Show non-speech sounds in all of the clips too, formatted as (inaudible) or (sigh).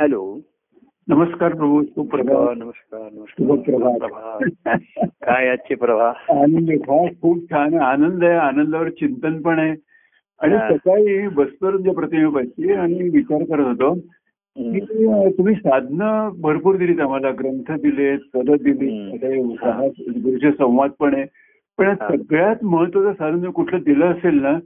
Hello नमस्कार प्रभू प्रभा सुप्रभात नमस्कार नमस्कार प्रभा सुप्रभात काय आजची प्रभा आनंद आहे. हा खूप छान आहे. आनंद आहे आनंदावर चिंतन पण आहे आणि हा. सकाळी बस्तर प्रतिमेपाशी आणि विचार करत होतो की हम्म. तुम्ही साधनं भरपूर दिलीत आम्हाला ग्रंथ दिलेत पद दिली हम्म. गुरुचे संवाद पण आहे पण यात हा. सगळ्यात महत्वाचं साधन जर कुठलं दिलं असेल ना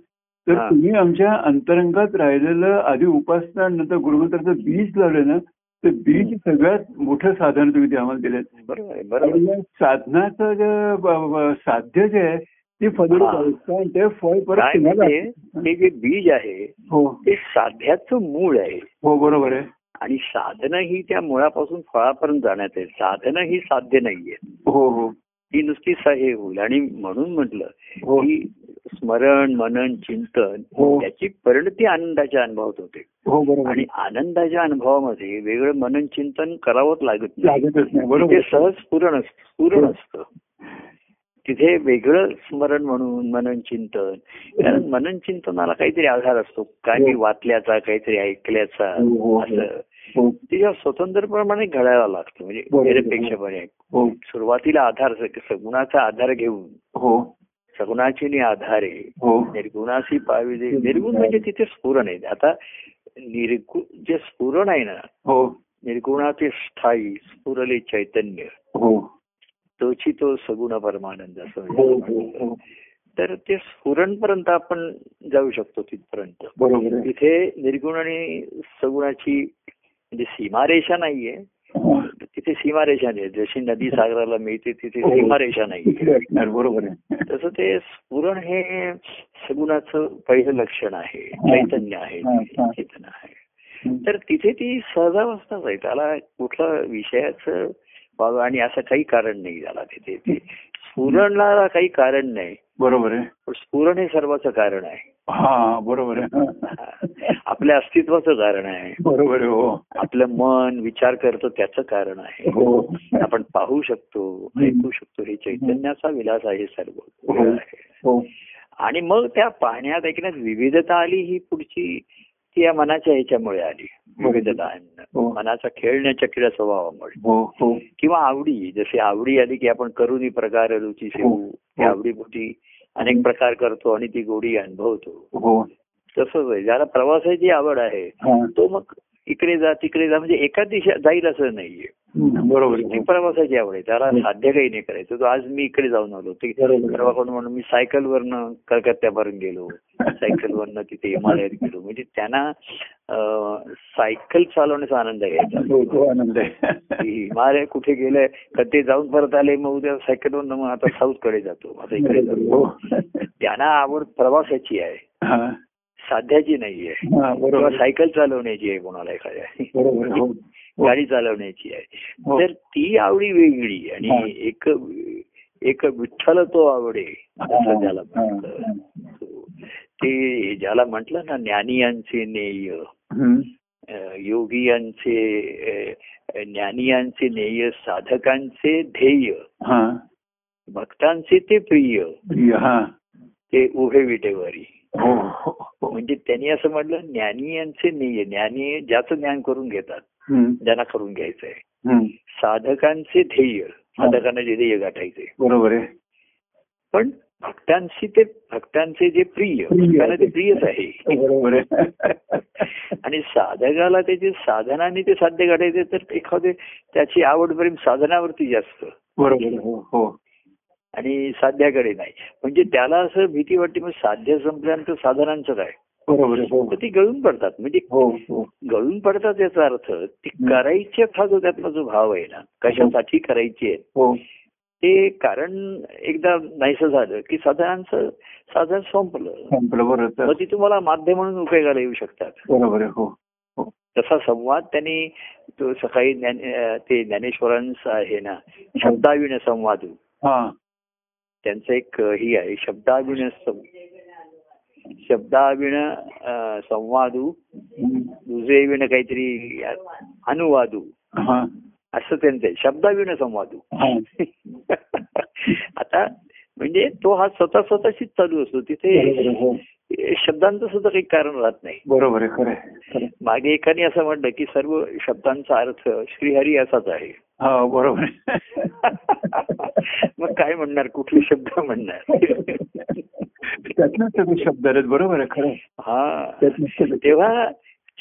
तर हा. तुम्ही आमच्या अंतरंगात राहिलेलं आधी उपासना आणि नंतर गुरुमंत्राचं बीज लावलं ना तर बीज सगळ्यात मोठं साधन तुम्ही ते आम्हाला दिलं बरोबर आहे, आणि बरोबर या साधनाचं जे ब- ब- साध्य जे आहे ते फलरूप हा. आहे. कारण ते फळ परत काय तुम्हाला म्हणजे ते जे बीज आहे हो ते साध्याचं मूळ आहे हो बरोबर आहे आणि साधनं ही त्या मुळापासून फळापर्यंत जाण्यात आहे साधनं ही साध्य नाहीये हो हो ती नुसती स- हे होईल आणि म्हणून म्हटलं हो की स्मरण मनन चिंतन हो. त्याची परिणती आनंदाच्या अनुभवात होते हो बरोबर आहे. आणि आनंदाच्या अनुभवामध्ये वेगळं मनन चिंतन करावंच लागत नाही लागतच नाही ते बरोबर म्हणजे सहज पूर्ण पूर्ण हो. असतं तिथे वेगळं स्मरण म्हणून मनन चिंतन कारण मनन चिंतनाला काहीतरी आधार असतो काही हो. वाचल्याचा काहीतरी ऐकल्याचा हो, हो, हो. असं हो तिच्या स्वतंत्रप्रमाणे घडायला लागतं बरोबर. म्हणजे निरपेक्षपणे हो सुरुवातीला आधार स- सगुणाचा आधार घेऊन हो सगुणाची नि आधारे हो निर्गुणाशी पाविजे निर्गुण म्हणजे तिथे स्फुरण आहे आता निर्गुण जे स्फुरण आहे ना हो निर्गुणाचे स्थायी स्फुरले चैतन्य हो तोची तो सगुण परमानंद असं हो म्हणतात. हो तर ते स्फुरणपर्यंत आपण जाऊ शकतो तिथपर्यंत बरोबर आहे तिथे निर्गुण आणि सगुणाची म्हणजे सीमारेषा नाहीये हा. तिथे सीमारेषा नाही जशी नदी सागराला मिळते तिथे हो. सीमारेषा तिकडे नाहीये असणार बरोबर आहे तसं ते स्फुरण हे सगुणाचं पहिलं लक्षण आहे हा. चैतन्य आहे हा, हा. चेतना आहे तर तिथे ती सहजावस्थाच आहे त्याला कुठला विषयाचं बाब आणि असं काही कारण नाही त्याला तिथे ते स्फुरणला काही कारण नाही बरोबर आहे पण स्फुरण हे सर्वाचं कारण आहे हा बरोबर आहे आपल्या अस्तित्वाचं कारण आहे बरोबर आहे हो आपलं मन विचार करतो त्याचं कारण आहे हो आपण पाहू शकतो ऐकू शकतो हे चैतन्याचा विलास आहे सर्व हो. आहे. हो आणि मग त्या पाहण्यात ऐकण्यात विविधता आली ही पुढची ती या मनाच्या ह्याच्यामुळे आली विविधता आणणं हो. मनाचा खेळण्या चकिल्या स्वभावामुळे हो हो किंवा आवडी जसे आवडी आली की आपण करुनी प्रकार रुची हो. सेवू त्या हो. आवडीपोटी अनेक प्रकार करतो आणि ती गोडी अनुभवतो हो तसंच आहे ज्याला प्रवासाची आवड आहे हा. तो मग इकडे जा तिकडे जा म्हणजे एकाच दिशा जाईल असं नाहीये हम्म, बरोबर ती आहे प्रवासाची आवड आहे त्याला हो. साध्य काही नाही करायचं तो आज मी इकडे जाऊन आलो ते बरोबर. परवा कोण म्हणून मी सायकलवरनं कलकत्त्यापर्यंत गेलो सायकलवरनं तिथे हिमालयात गेलो म्हणजे त्यांना अं, सायकल चालवण्याचा आनंद घ्यायचा हो, तो आनंद आहे की हिमालय कुठे गेलंय तर ते जाऊन परत आले मग उद्या सायकलवरनं मग आता साऊथ कडे जातो आता इकडे हो जातो त्यांना आवड प्रवासाची आहे हा. साध्याची नाहीये हा, किंवा बरोबर सायकल चालवण्याची आहे कोणाला एखाद्या बरोबर आहे. हो हो. गाडी चालवण्याची आहे हो. तर ती आवडी वेगळी हा. आणि एक एक विठ्ठल तो आवडे असं त्याला म्हटलं ते ज्याला म्हटलं ना ज्ञानियांचे नेय हम्म. अं, योगियांचे अं, ज्ञानियांचे नेय साधकांचे ध्येय हा भक्तांचे ते प्रिय प्रिय, हा ते उभे विटेवरी हो हो, हो. म्हणजे त्यांनी असं म्हटलं ज्ञानियांचे नेय ज्ञानी ज्याचं ज्ञान करून घेतात हम्म, ज्यांना करून घ्यायचंय हम्म. साधकांचे ध्येय साधकांना जे ध्येय गाठायचे बरोबर आहे पण भक्तांशी ते भक्तांचे जे प्रिय प्रिय. हो. त्यांना ते प्रियच आहे बरोबर आहे आणि साधकाला त्याचे साधनाने ते साध्य घडायचे तर एखादे त्याची आवड प्रेम साधनावरती जास्त बरोबर आहे. हो हो आणि साध्याकडे नाही म्हणजे त्याला असं भीती वाटते मग साध्य संपल्यानंतर साधनांचं काय बरोबर आहे. हो तर ती गळून पडतात म्हणजे हो हो गळून पडतात याचा अर्थ ती करायची हा जो त्यातला जो भाव आहे ना कशासाठी करायची आहे हो ते कारण एकदा नाहीसं झालं की साधारणचं साधारण संपलं संपलं बरं तर. मग ती तुम्हाला माध्यम म्हणून उपयोगाला येऊ शकतात बरोबर आहे. हो तसा संवाद त्यांनी तो सकाळी ज्ञान अं, ते ज्ञानेश्वरांचा आहे ना शब्दाविण संवाद हा त्यांचं एक अं, ही आहे शब्दाविण सं- शब्दाविण अं, संवादू हम्म. दुजेविण काहीतरी अनुवादू हा असं त्यांचं आहे. हो. शब्दाविण (laughs) संवादू हा आता म्हणजे तो हा स्वतः स्वतःशीच चालू असतो बरोबर आहे. तिथे हो शब्दांचं सुद्धा काही कारण राहत नाही बरोबर आहे खरं आहे, खरं आहे. मागे एकाने असं म्हटलं की सर्व शब्दांचा अर्थ श्रीहरी असाच आहे (laughs) हा बरोबर आहे. मग काय म्हणणार कुठले शब्द म्हणणार (laughs) त्यातलेच सगळे शब्द आहेत बरोबर आहे खरं आहे. हा त्यातलेच सगळे. तेव्हा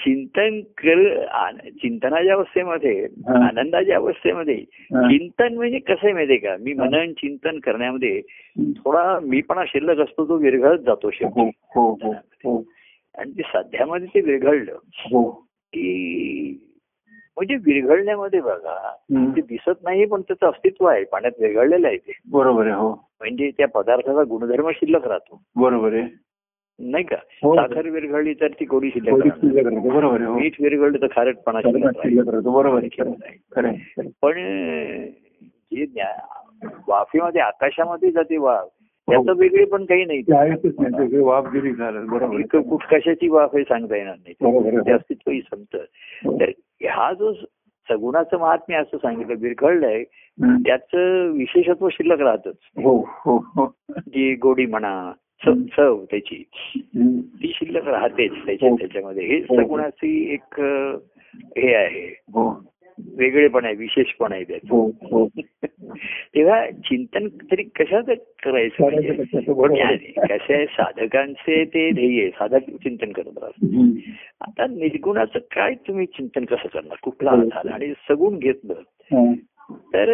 चिंतन कर आन- चिंतनाच्या अवस्थेमध्ये हा. आनंदाच्या अवस्थेमध्ये हा. चिंतन म्हणजे कसं आहे माहितीये का मी मनन चिंतन करण्यामध्ये थोडा मी पण शिल्लक असतो तो विरघळत जातो हो शेवटी हो हो हो आणि ते सध्यामध्ये ते विरघळलं हो की म्हणजे विरघळण्यामध्ये बघा हम्म. ते दिसत नाही पण त्याचं अस्तित्व आहे पाण्यात विरघळलेलं आहे ते बरोबर आहे हो म्हणजे त्या पदार्थाचा गुणधर्म शिल्लक राहतो बरोबर आहे नाही का हो. साखर विरघळली तर ती गोडी शिल्लक बौद्धिक राहणार. शिल्लक राहते, बरोबर आहे हो मीठ विरघळलं तर खारटपणा शिल्लक सर्वात राहील. शिल्लक राहते, बरोबर आहे खरं आहे, खरं आहे, खरं आहे. पण अं, जे ज्ञा- वाफेमध्ये आकाशामध्ये जाते वाफ हो. त्याचं वेगळे पण काही नाही ते आहेतच नाही सगळे वाफगिरी झालं बरोबर आहे. हो. इतकं कुठ कशाची वाफ हे सांगता येणार नाही बरोबर आहे. ते म्हणजे अस्तित्वही संपत तर हा जो सगुणाचं महात्म्य असं सांगितलं विरघळलंय हम्म. त्याचं विशेषत्व शिल्लक राहतच हो हो हो जी गोडी म्हणा चव चव त्याची हम्म. ती शिल्लक राहतेच त्याच्या हो. त्याच्यामध्ये हे हो. सगुणाची एक अं, हे आहे हो वेगळेपण आहे विशेषपण आहे त्याचं हो हो तेव्हा चिंतन तरी कशाचं करायचं म्हणजे? करायचं कसं, बरोबर ज्ञान आहे. आहे. कसं आहे साधकांचे ते ध्येय आहे. साधक चिंतन करत राहतात हम्म. आता निर्गुणाचं काय तुम्ही चिंतन कसं करणार कुठला आधार आणि सगुण घेतलं हा. तर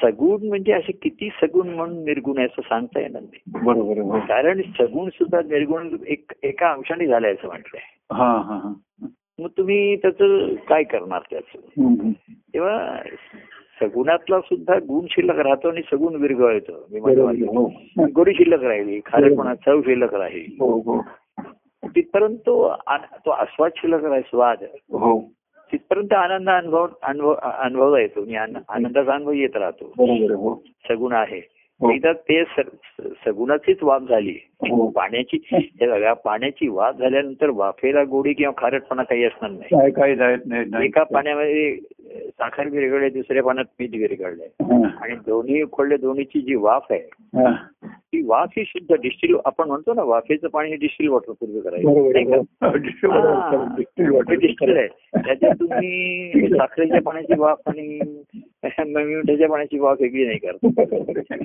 सगुण म्हणजे असे किती सगुण म्हणून निर्गुण आहे असं सांगता येणार नाही बरोबर आहे, हो. कारण सगुण सुद्धा निर्गुण एक एका अंशाने झालंय असं म्हटलंय हा हा हा मग तुम्ही त्याचं काय करणार त्याचं हम्म, हम्म. तेव्हा सगुणातला सुद्धा गुण शिल्लक राहतो आणि सगुण विरघळतो मी म्हणतो बरोबर आहे. आहे, हो गोडी शिल्लक राहिली खारटपणा चव शिल्लक राहील हो हो तिथपर्यंत तो आन- तो आस्वाद शिल्लक राहील स्वाद हो तिथपर्यंत आनंद अनुभव अनुभव अनुभव येतो आणि आन- आनंदाचा अनुभव येत राहतो बरोबर आहे, हो सगुण आहे हो. एकदा ते स- सगुणाचीच वाफ झाली हो. पाण्याची हे बघा पाण्याची वाफ झाल्यानंतर वाफेला गोडी किंवा खारटपणा काही असणार नाही काय काय जायत नाही नाही. एका पाण्यामध्ये अ, साखर विरघळले दुसऱ्या पाण्यात पीठ विरघळलंय हा, आणि दोन्ही उकडले दोन्हीची जी वाफ आहे हा. की वाफ ही शुद्ध डिस्टिल आपण म्हणतो ना वाफेचं पाणी हे डिस्टिल वॉटर पूर्वी बरोबर आहे, करायचं हो. बरोबर आहे, खरं आहे. Distilled water. डिस्टिल (laughs) आहे त्याच्यात तुम्ही साखरेच्या पाण्याची वाफ आणि मिठाच्या पाण्याची वाफ वेगळी नाही करत बरोबर (laughs) आहे.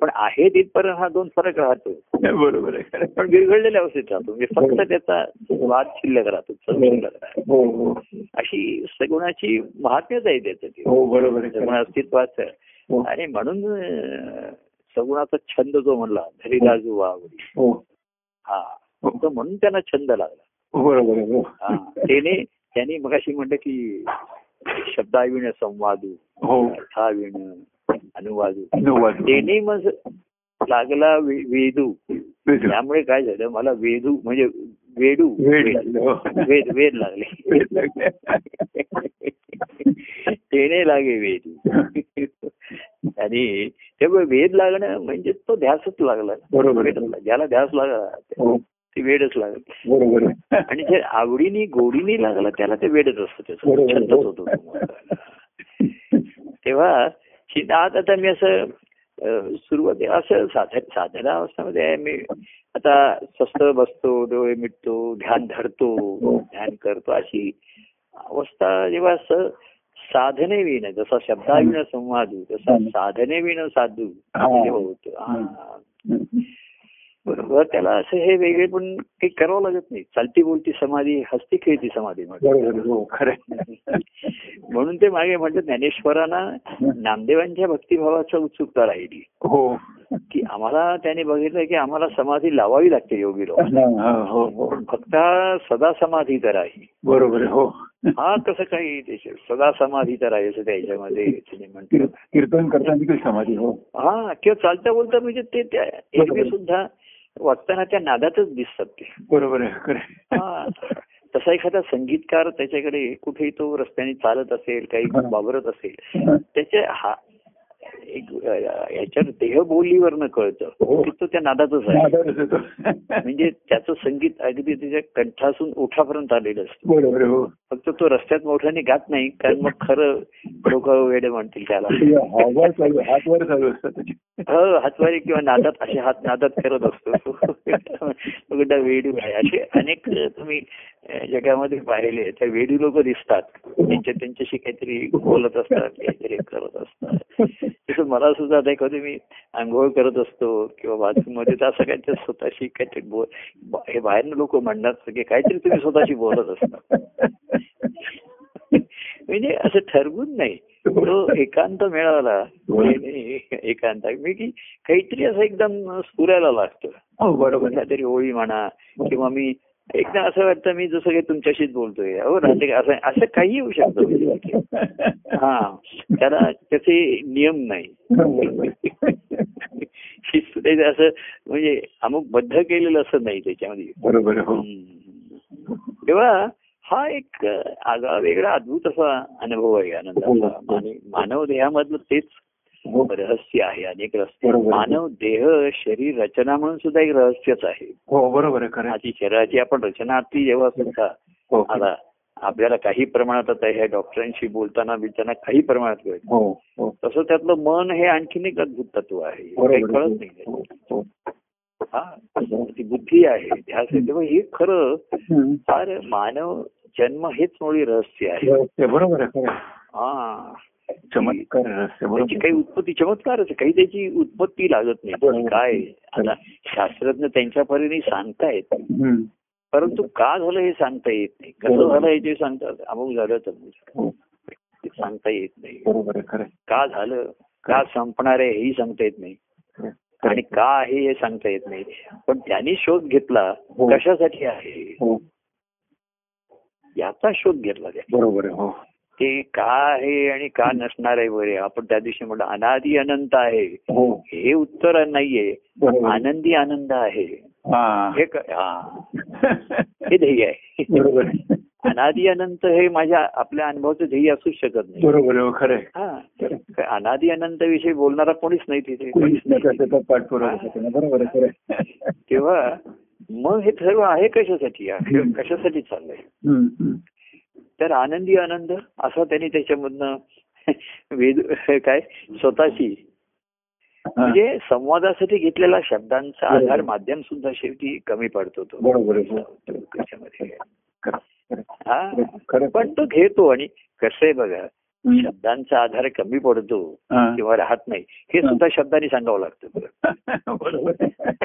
पण आहे तिथपर्यंत हा दोन फरक राहतो बरोबर आहे खरं आहे. पण विरघळलेल्या अवस्थेत राहतो म्हणजे फक्त त्याचा वाद शिल्लक राहतो चव शिल्लक राहतो हो हो अशी सगुणाची महात्म्यच आहे त्याचं ते हो बरोबर आहे खरं सगुण आहे. अस्तित्वाचं हो आणि म्हणून अं, सगुणाचा छंद जो म्हणला धरी राजू वावडी हो हा हो. तो म्हणून त्यांना छंद लागला बरोबर आहे हा. हो त्याने त्यांनी मगाशी म्हटलं की शब्दाविण संवादू हो अर्थाविण अनुवादू अनुवाद त्याने मग लागला वे- वेदू त्यामुळे काय झालं मला वेदू म्हणजे वेडू वेळ वेद लागलं, हो. वेद- वेद लागले वेळ लागलं. तेने लागे वेदू आणि त्यामुळे वेद लागणं म्हणजे तो ध्यासच लागला बरोबर आहे. वेदच- ज्याला ध्यास लागला हो ते वेडच लागलं बरोबर आहे. आणि जे आवडीने गोडीने लागला त्याला ते वेडच असतं त्याचं बरोबर. छंदच होतो तो मुळात. तेव्हा चिं- आज आता मी असं अ, सुरुवात असं साधन साधना अवस्थेमध्ये आहे मी आता स्वस्त बसतो डोळे मिटतो ध्यान धरतो हो. ध्यान करतो अशी अवस्था जेव्हा असं साधने विण जसा शब्दाविण संवादू तसा साधने विण साधू जेव्हा होतो हा. बरोबर त्याला असं हे वेगळे पण काही करावं लागत नाही चालती बोलती समाधी हस्ती खेळती समाधी म्हणतात. बरोबर आहे, हो खरं आहे. (laughs) म्हणून ते मागे म्हणतात ज्ञानेश्वरांना नामदेवांच्या भक्तिभावाचा उत्सुकता राहिली हो की आम्हाला त्याने बघितलं की आम्हाला समाधी लावावी लागते योगी लोक हा, हा, हो हो पण फक्त हा सदा समाधी तर आहे बरोबर आहे, हो हा कसं काही त्याचे सदा समाधी तर आहे असं त्याच्यामध्ये त्याने कीर- म्हणतो कीर्तन करताना देखील समाधी हो हा किंवा चालता बोलता म्हणजे ते त्या एरवी सुद्धा वाचताना त्या नादातच दिसतात ते बरोबर आहे खरं (laughs) आहे. हा. तसा एखादा संगीतकार त्याच्याकडे कुठेही तो रस्त्याने चालत असेल काही वावरत असेल त्याच्या हा एक अ, याच्यावर देहबोलीवरनं कळतं हो. की तो त्या नादातच आहे नादातच येतो. म्हणजे त्याचं संगीत अगदी त्याच्या कंठासून ओठापर्यंत आलेलं असतं बरोबर आहे, हो फक्त तो रस्त्यात मोठ्याने गात नाही कारण मग खरं लोक वेडे म्हणतील (laughs) त्याला ते हातवर चालू हातवर चालू असतात त्याचे. हो हातवारी किंवा नादात असे हात नादात करत असतो तो कुठला वेडू आहे असे अनेक तुम्ही अ, जगामध्ये पाहिले त्या वेडू लोक दिसतात त्यांच्या त्यांच्याशी काहीतरी बोलत असतात काहीतरी करत असतात तसं मला सुद्धा आता कधी मी आंघोळ करत असतो किंवा बाथरूम मध्ये तर असं काहीतरी स्वतःशी काहीतरी बोल बा- हे बाहेरनं लोक म्हणणार की काहीतरी तुम्ही स्वतःशी बोलत असता म्हणजे असं ठरवून नाही तो हो, एकांत मिळाला नाही, नाही, एकांत मी की काहीतरी असं एकदम स्फुरायला लागतं हो बरोबर आहे. कुठल्या तरी ओळी म्हणा किंवा मी एकदा असं वाटतं मी जसं काही तुमच्याशीच बोलतोय हो राहते का? असं असं काही येऊ शकतं हा त्याला त्याचे नियम नाही बरोबर आहे. शिस्त त्याचं असं म्हणजे अमुक बद्ध केलेलं असं नाही त्याच्यामध्ये बरोबर आहे, हो हम्म. तेव्हा हा एक आगळा वेगळा अद्भुत असा अनुभव आहे आनंदाचा आणि मानव देहामधलं तेच हो रहस्य आहे अनेक रहस्य बरोबर. मानव देह शरीर रचना म्हणून सुद्धा एक रहस्यच आहे हो बरोबर आहे खरं आहे. आधी शरीराची आपण रचना आधी जेव्हा सुद्धा हो आला आपल्याला काही प्रमाणात आता ह्या डॉक्टरांशी बोलताना बिलताना काही प्रमाणात कळत हो हो तसं त्यातलं मन हे आणखीन एक अद्भुत तत्व आहे बरोबर काही कळत आहे. नाही हो, हो. हा ती बुद्धी आहे ध्यास आहे तेव्हा हे खरं हम्म. फार मानव जन्म हेच मुळी रहस्य आहे ते बरोबर आहे खरं आहे. हा चमत्कार रहस्य त्याची बरोबर काही उत्पत्ती चमत्कारच आहे. काही त्याची उत्पत्ती लागत नाही बरोबर. काय आता शास्त्रज्ञ त्यांच्या परीने सांगतायत हम्म. परंतु का झालं हे सांगता येत नाही कसं बरोबर. झालं हे जे सांगतात अमुक झालं तर अमुक झालं. हो ते सांगता येत नाही बरोबर आहे खरं आहे. का झालं का संपणार आहे हेही सांगता येत नाही खरं आहे. आणि का आहे हे सांगता येत नाही पण त्यांनी शोध घेतला हो. कशासाठी आहे हो याचा शोध घेतला त्यांनी बरोबर आहे हो ते का आहे आणि का नसणार आहे वगैरे आपण त्या दिवशी म्हटलं अनादि अनंत आहे हो हे उत्तर नाहीये बरोबर आहे. आनंदी आनंद आहे हो. हा. हे क- हा. हे ध्येय आहे बरोबर आहे. अनादि अनंत हे माझ्या आपल्या अनुभवाचं ध्येय असूच शकत नाही बरोबर आहे हो, खरं आहे. हा खरं आहे. काय अनादि अनंत विषयी बोलणारा कोणीच नाही तिथे कोणीच न करता तो पाठपुरावा करतो ना. बरोबर आहे खरं आहे. तेव्हा मग हे सर्व आहे कशासाठी आहे? हम्म. कशासाठी चाललंय हम्म, हम्म. तर आनंदी आनंद असा त्यांनी त्याच्यामधनं (laughs) वेद काय स्वतःशी हा. म्हणजे संवादासाठी घेतलेला शब्दांचा बरोबर. आधार माध्यम सुद्धा शेवटी कमी पडतो तो बरोबर आहे, हो. त्याच्यामध्ये. खरं खरं. हा खरं पण तो घेतो आणि कसं आहे बघा हम्म. शब्दांचा आधार कमी पडतो हा. किंवा राहत नाही हे हा. सुद्धा शब्दांनी सांगावं लागतं बघा बरोबर आहे.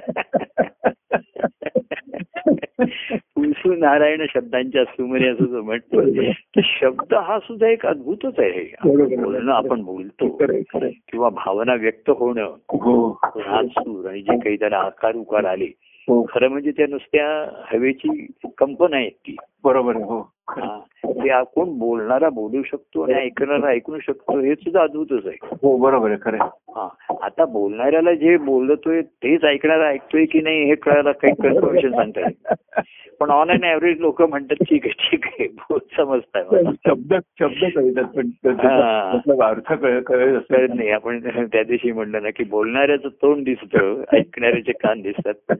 पुसू नारायण शब्दांच्या सुमरे असं जो म्हणतो बरोबर. तर शब्द हा सुद्धा एक अद्भुतच आहे बरोबर. आपण बोलणं आपण बोलतो खरं आहे, खरं आहे. किंवा भावना व्यक्त होणं हो राग सूर आणि जे काही त्याला आकार उकार आले हो खरं म्हणजे त्या नुसत्या हवेची कंपन आहेत ती बरोबर आहे हो खरं. हा. ते आ- कोण बोलणारा बोलू शकतो आणि ऐकणारा ऐकू शकतो हे सुद्धा अद्भुतच आहे हो बरोबर आहे खरं आहे. हा आता बोलणाऱ्याला जे बोलतोय तेच ऐकणारा ऐकतोय की नाही हे कळायला काही कन्फर्मेशन सांगता येत नाही. पण ऑनलाईन ॲव्हरेज लोक म्हणतात ठीक आहे ठीक आहे बोल समजताय मला. शब्द शब्द कळतात पण त्याचा हा. मतलब अर्थ कळ कळत असतो. कळत नाही आपण त्या दिवशी म्हणलं ना की बोलणाऱ्याचं तोंड दिसतं ऐकणाऱ्याचे कान दिसतात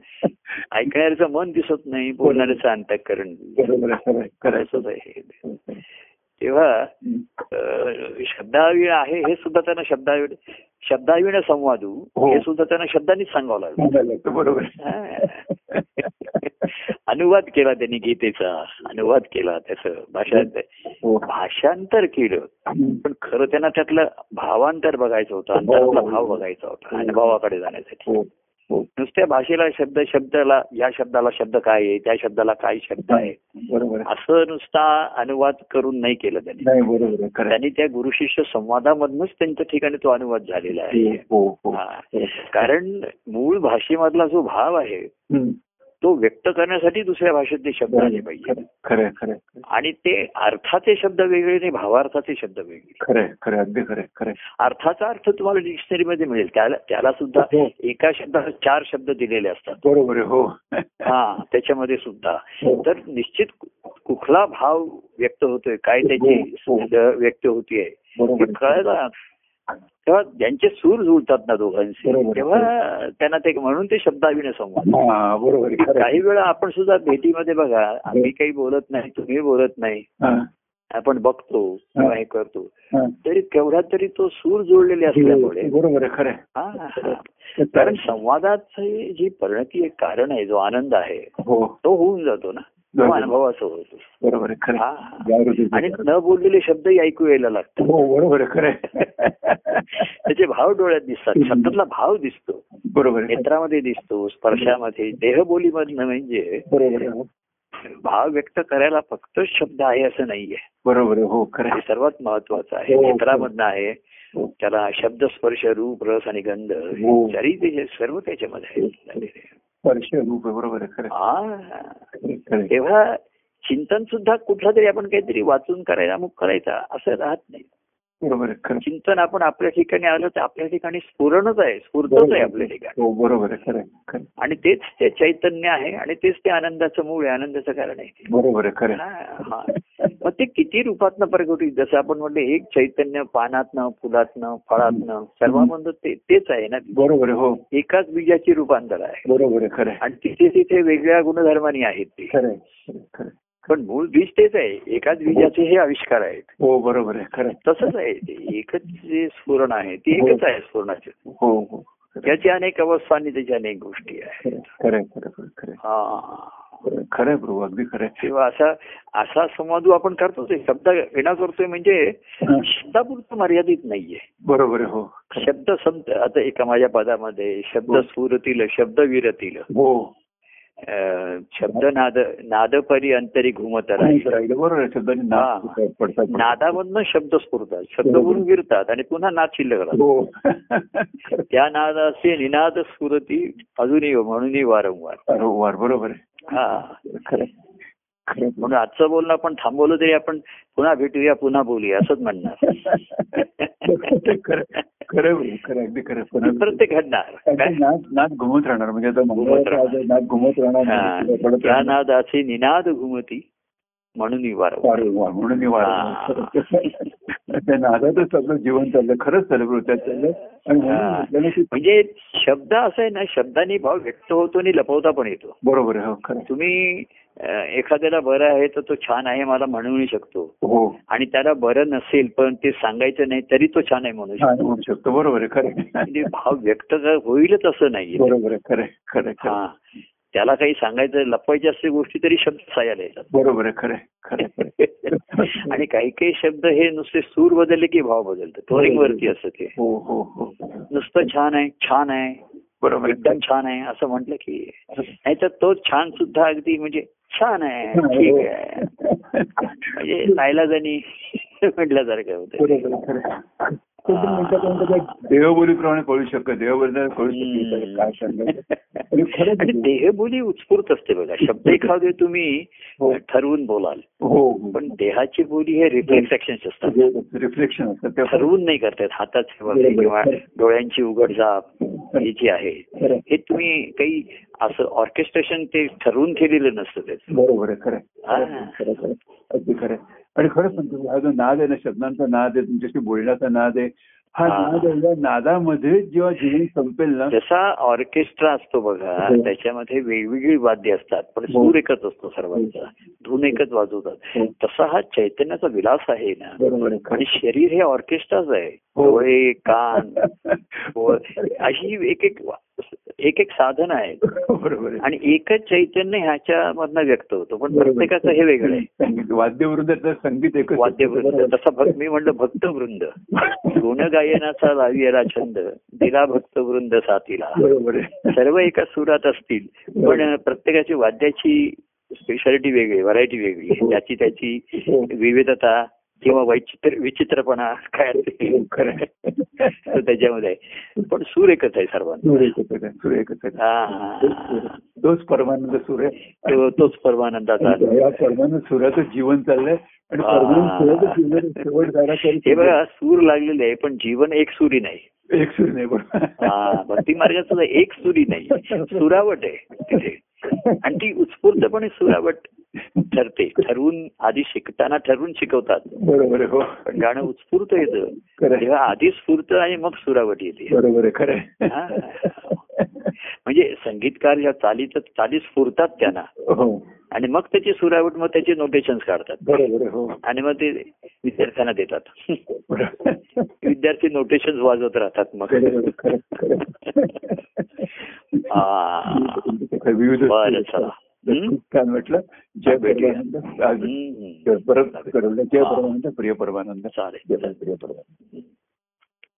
ऐकणाऱ्याचं मन दिसत नाही बोलणाऱ्याचं अंतःकरण बरोबर आहे, खरं आहे, खरं आहे. असंच आहे तेव्हा हम्म. अं, शब्दावीण आहे हे सुद्धा त्यांना शब्दावीण शब्दावीण संवादू हो. हे सुद्धा त्यांना शब्दांनीच सांगावं (laughs) लागलं सांगायला लागतं, बरोबर आहे. 아. हा. अनुवाद केला त्यांनी गीतेचा अनुवाद केला त्याचं भाषांतर हो. भाषांतर केलं हम्म. पण खरं त्यांना त्यातलं भावांतर बघायचं होतं अंतरातला भाव बघायचा होता अनुभवाकडे जाण्यासाठी हो हो नुसत्या भाषेला शब्द शब्दाला या शब्दाला शब्द काय आहे त्या शब्दाला काय शब्द आहे बरोबर आहे. असं नुसता अनुवाद करून नाही केलं त्यांनी नाही बरोबर आहे खरं आहे. त्यांनी त्या गुरुशिष्य संवादामधनच त्यांच्या ठिकाणी तो अनुवाद झालेला आहे हो हो हा. कारण मूळ भाषेमधला जो भाव आहे हम्म. तो व्यक्त करण्यासाठी दुसऱ्या भाषेतले शब्द आले पाहिजे खरं खरं खरं आणि ते अर्थाचे शब्द वेगळे आणि भावार्थाचे शब्द वेगळे खरं खरं अगदी खरं खरं अर्थाचा अर्थ तुम्हाला डिक्शनरी मध्ये मिळेल त्याला त्याला सुद्धा हो. एका शब्दाला चार शब्द दिलेले असतात बरोबर आहे हो हा त्याच्यामध्ये सुद्धा हो. तर निश्चित कु- कुठला भाव व्यक्त होतोय काय त्याची हो, हो. स- व्यक्त होतीये हे बरोबर आहे. कळायला तेव्हा ज्यांचे सूर जुळतात ना दोघांशी बरोबर. तेव्हा त्यांना ते म्हणून ते शब्दाविण संवाद हा बरोबर आहे, खरं आहे. काही वेळा आपण सुद्धा भेटीमध्ये बघा आम्ही काही बोलत नाही तुम्ही बोलत नाही 아, हा, आपण बघतो किंवा हे करतो हा. तरी केवढा तरी तो सूर जोडलेले 그, असल्यामुळे बरोबर आहे खरं आहे. हा, हा. कारण संवादात जी परिणती एक कारण आहे जो आनंद आहे हो तो होऊन जातो ना तो अनुभवाचा होतो बरोबर आहे खरं हा आहे. जागृतीचं आणि कारण. न बोललेले शब्दही ऐकू यायला (laughs) लागतात हो बरोबर आहे खरं आहे. त्याचे भाव डोळ्यात दिसतात शब्दातला भाव दिसतो बरोबर आहे नेत्रामध्ये दिसतो स्पर्शामध्ये देहबोलीमधनं म्हणजे बरोबर आहे हो. भाव व्यक्त करायला फक्त शब्द आहे असं नाहीये बरोबर आहे हो खरं हे आहे. सर्वात महत्वाचं आहे हो, हो. नेत्रामधनं आहे हो. त्याला शब्द स्पर्श रूप रस आणि गंध हो. जरी ते हे सर्व त्याच्यामध्ये आहे. स्पर्श रूप आहे बरोबर आहे खरं आहे. हा. खरं आहे, खरं आहे. तेव्हा चिंतन सुद्धा कुठला तरी आपण काहीतरी वाचून करायला अमुक करायचा असं राहत नाही बरोबर आहे खरं आहे. चिंतन आपण आपल्या ठिकाणी आलं तर आपल्या ठिकाणी स्फुरणच आहे स्फूर्तच आहे आपल्या ठिकाणी हो बरोबर आहे खरं आहे, खरं आहे. आणि तेच ते चैतन्य आहे आणि तेच ते आनंदाचं मूळ आहे आनंदाचं कारण आहे ते. बरोबर आहे खरं आहे. हा, हा. मग ते किती रूपातनं प्रगट होईल जसं आपण म्हणलं एक चैतन्य पानातनं फुलातनं फळातनं सर्वांमधून ते तेच आहे ना बरोबर आहे हो एकाच बीजाची रूपांतर आहे बरोबर आहे खरं आहे. आणि तिथे तिथे वेगळ्या गुणधर्मानी आहेत ते खरं आहे, खरं आहे, खरं आहे. पण मूळ बीज तेच आहे एकाच बीजाचे हे आविष्कार आहेत हो बरोबर आहे खरं आहे. तसंच आहे ते एकच जे स्फुरण आहे ते एकच आहे स्फुरणाचे हो हो खरं आहे, त्याची अनेक अवस्था आणि त्याच्या अनेक गोष्टी आहेत खरं आहे, खरं आहे, खरं आहे, खरं आहे. हा बरोबर आहे, खरं आहे प्रभू अगदी खरं आहे. किंवा असा असा संवाद आपण करतोच आहे. शब्द घेणा करतोय म्हणजे हा, शब्दापुरतं मर्यादित नाहीये बरोबर आहे हो खरं आहे. शब्द संत आता एका माझ्या पदामध्ये शब्द हो. स्फुरतील शब्द विरतील हो अं, शब्द नाद नादपरी अंतरी घुमत राहील राहिलं बरोबर आहे शब्दाने नाद हा. पडतात, पडतात नादामधनं शब्द स्फुरतात शब्द म्हणून विरतात आणि पुन्हा नाद शिल्लक राहतो हो (laughs) खरं त्या नादाचे निनाद स्फुरती अजूनही म्हणूनही वारंवार आहे. हो, वार बरोबर आहे हा खरं आहे. खरं आहे, म्हणून आजचं बोलणं आपण थांबवलं तरी आपण पुन्हा भेटूया पुन्हा बोलूया असंच म्हणणार खरं खरं आहे, खरं आहे, अगदी खरं आहे. पुन्हा प्रत्येक घडणार अगदी नाद नाद घुमत राहणार म्हणजे आता मंगळवारचा राहणार. आज आहे, नाद घुमत राहणार हा. नाद पडत त्या राहणार. नादाचे निनाद घुमती म्हणून वारंवार वारंवार म्हणून मी वारंवार त्या नादातच आपलं जीवन चाललं खरंच चाललं बरोबर त्यात चाललं आणि म्हणून हा. म्हटलं ना की म्हणजे शब्द असा आहे ना शब्दाने भाव व्यक्त होतो आणि लपवता पण येतो बरोबर आहे हो खरं आहे. तुम्ही अं, एखाद्याला बरं आहे तर तो छान आहे मला म्हणू शकतो हो आणि त्याला बरं नसेल पण ते सांगायचं नाही तरी तो छान आहे म्हणू शकतो छान म्हणू शकतो हो, बरोबर आहे खरं म्हणजे आहे. भाव व्यक्त क- होईलच असं नाहीये बरोबर आहे खरं आहे, खरं आहे, खरं आहे. हा त्याला काही सांगायचं लपवायच्या असतील गोष्टी तरी शब्द सायाला (laughs) येतात बरोबर आहे खरं आहे, खरं आहे, खरं आहे. आणि काही काही शब्द हे नुसते सूर बदलले की भाव बदलतात टोनिंग वरती असतं ते हो हो हो नुसतं छान आहे छान आहे बरोबर आहे. एकदम छान आहे असं म्हटलं की नाही तर तो छान सुद्धा अगदी म्हणजे छान आहे हो. ठीक आहे (laughs) म्हणजे नाईलाजानी (laughs) म्हटल्यासारखं होतं बरोबर आहे, खरं आहे. शेवटी म्हणतात म्हणतात काय देहबोलीप्रमाणे कळू शकतं देहबोलीला कळू शकतं काय सांगायचं (laughs) आणि खरंच आणि देहबोली उत्स्फूर्त असते बघा शब्द एखादे तुम्ही हो. ठरवून बोलाल हो म्हणजे पण देहाची बोली हे रिफ्लेक्शन्स असतात रिफ्लेक्शन असतं ते आपण- ठरवून नाही करतात हाताचे वगैरे बरोबर. हो. किंवा डोळ्यांची उघडझाप ही जी आहे खरं आहे. हे तुम्ही काही असं ऑर्केस्ट्रेशन ते ठरवून केलेलं नसतं त्याचं बरोबर आहे खरं आहे. खरं हा. आहे, खरं आहे, खरं आहे. अगदी खरं आहे. आणि खरं सांगतो हा जो नाद आहे ना शब्दांचा नाद आहे तुमच्याशी बोलण्याचा नाद आहे हा हा. नाद एवढ्या नादामध्ये जेव्हा जीवन संपेल ना जसा ऑर्केस्ट्रा असतो बघा हो. त्याच्यामध्ये वेगवेगळी वाद्य असतात पण सूर एकच असतो सर्वांचा धून एकच वाजवतात हो. तसा हा चैतन्याचा विलास आहे ना बरोबर आहे आणि शरीर हे ऑर्केस्ट्राच आहे हो. डोळे (laughs) कान बोल खरं आहे. अशी एक एक एक एक साधन आहे बरोबर आहे आणि एकच चैतन्य ह्याच्यामधनं व्यक्त होतो पण बरोबर. प्रत्येकाचं हे वेगळं आहे संगीत वाद्यवृंद तर संगीत एकच वाद्यवृंद बरोबर. तसा भक्त मी म्हणलं भक्तवृंद गुणगायनाचा लावियला छंद दिला भक्तवृंद साथीला बरोबर आहे सर्व एका सुरात असतील हो. पण प्रत्येकाची वाद्याची स्पेशालिटी वेगळी व्हरायटी वेगळी हो. त्याची त्याची हो. विविधता किंवा वैचित्र विचित्रपणा काय असेल हो, खरं आहे. (laughs) तो त्याच्यामध्ये आहे. पण सूर एकच आहे सर्वांना सूर्य एकच आहे, सूर्य एकच आहे. तोच सूर्य. हा. तोच परमानंद सूर्य तो- तोच परमानंदाचा आनंद या परमानंद सूर्याचं जीवन चाललंय आणि परमानंद सूर्याचं जीवन शेवट झाला हे तरी बघा सूर लागलेले आहे पण जीवन एक सुरी नाही एक सूर्य नाही हा, बरोबर भक्ती मार्गात सुद्धा एक सुरी नाही सुरावट आहे तिथे आणि ती उत्स्फूर्तपणे सुरावट ठरते ठरवून आधी शिकताना ठरवून शिकवतात बरोबर आहे, हो पण गाणं उत्स्फूर्त येतं खरं आहे. तेव्हा आधी स्फूर्त आणि मग सुरावट येते बरोबर आहे खरं हा. आहे. म्हणजे संगीतकार या चालीच चाली स्फुरतात त्यांना हो आणि मग त्याची सुरावट मग त्याचे नोटेशन काढतात बरोबर आहे, हो आणि मग ते विद्यार्थ्यांना देतात बरोबर आहे. विद्यार्थी नोटेशन वाजवत राहतात मग खरं आहे, खरं आहे, खरं आहे. हा. विविध बरं चला हं? खूप छान वाटलं जय भेटूया. परमानंद आज हं, हं. परत करवलं जय हा. परमानंद प्रिय परमानंद चालेल जय प्रिय परमानंद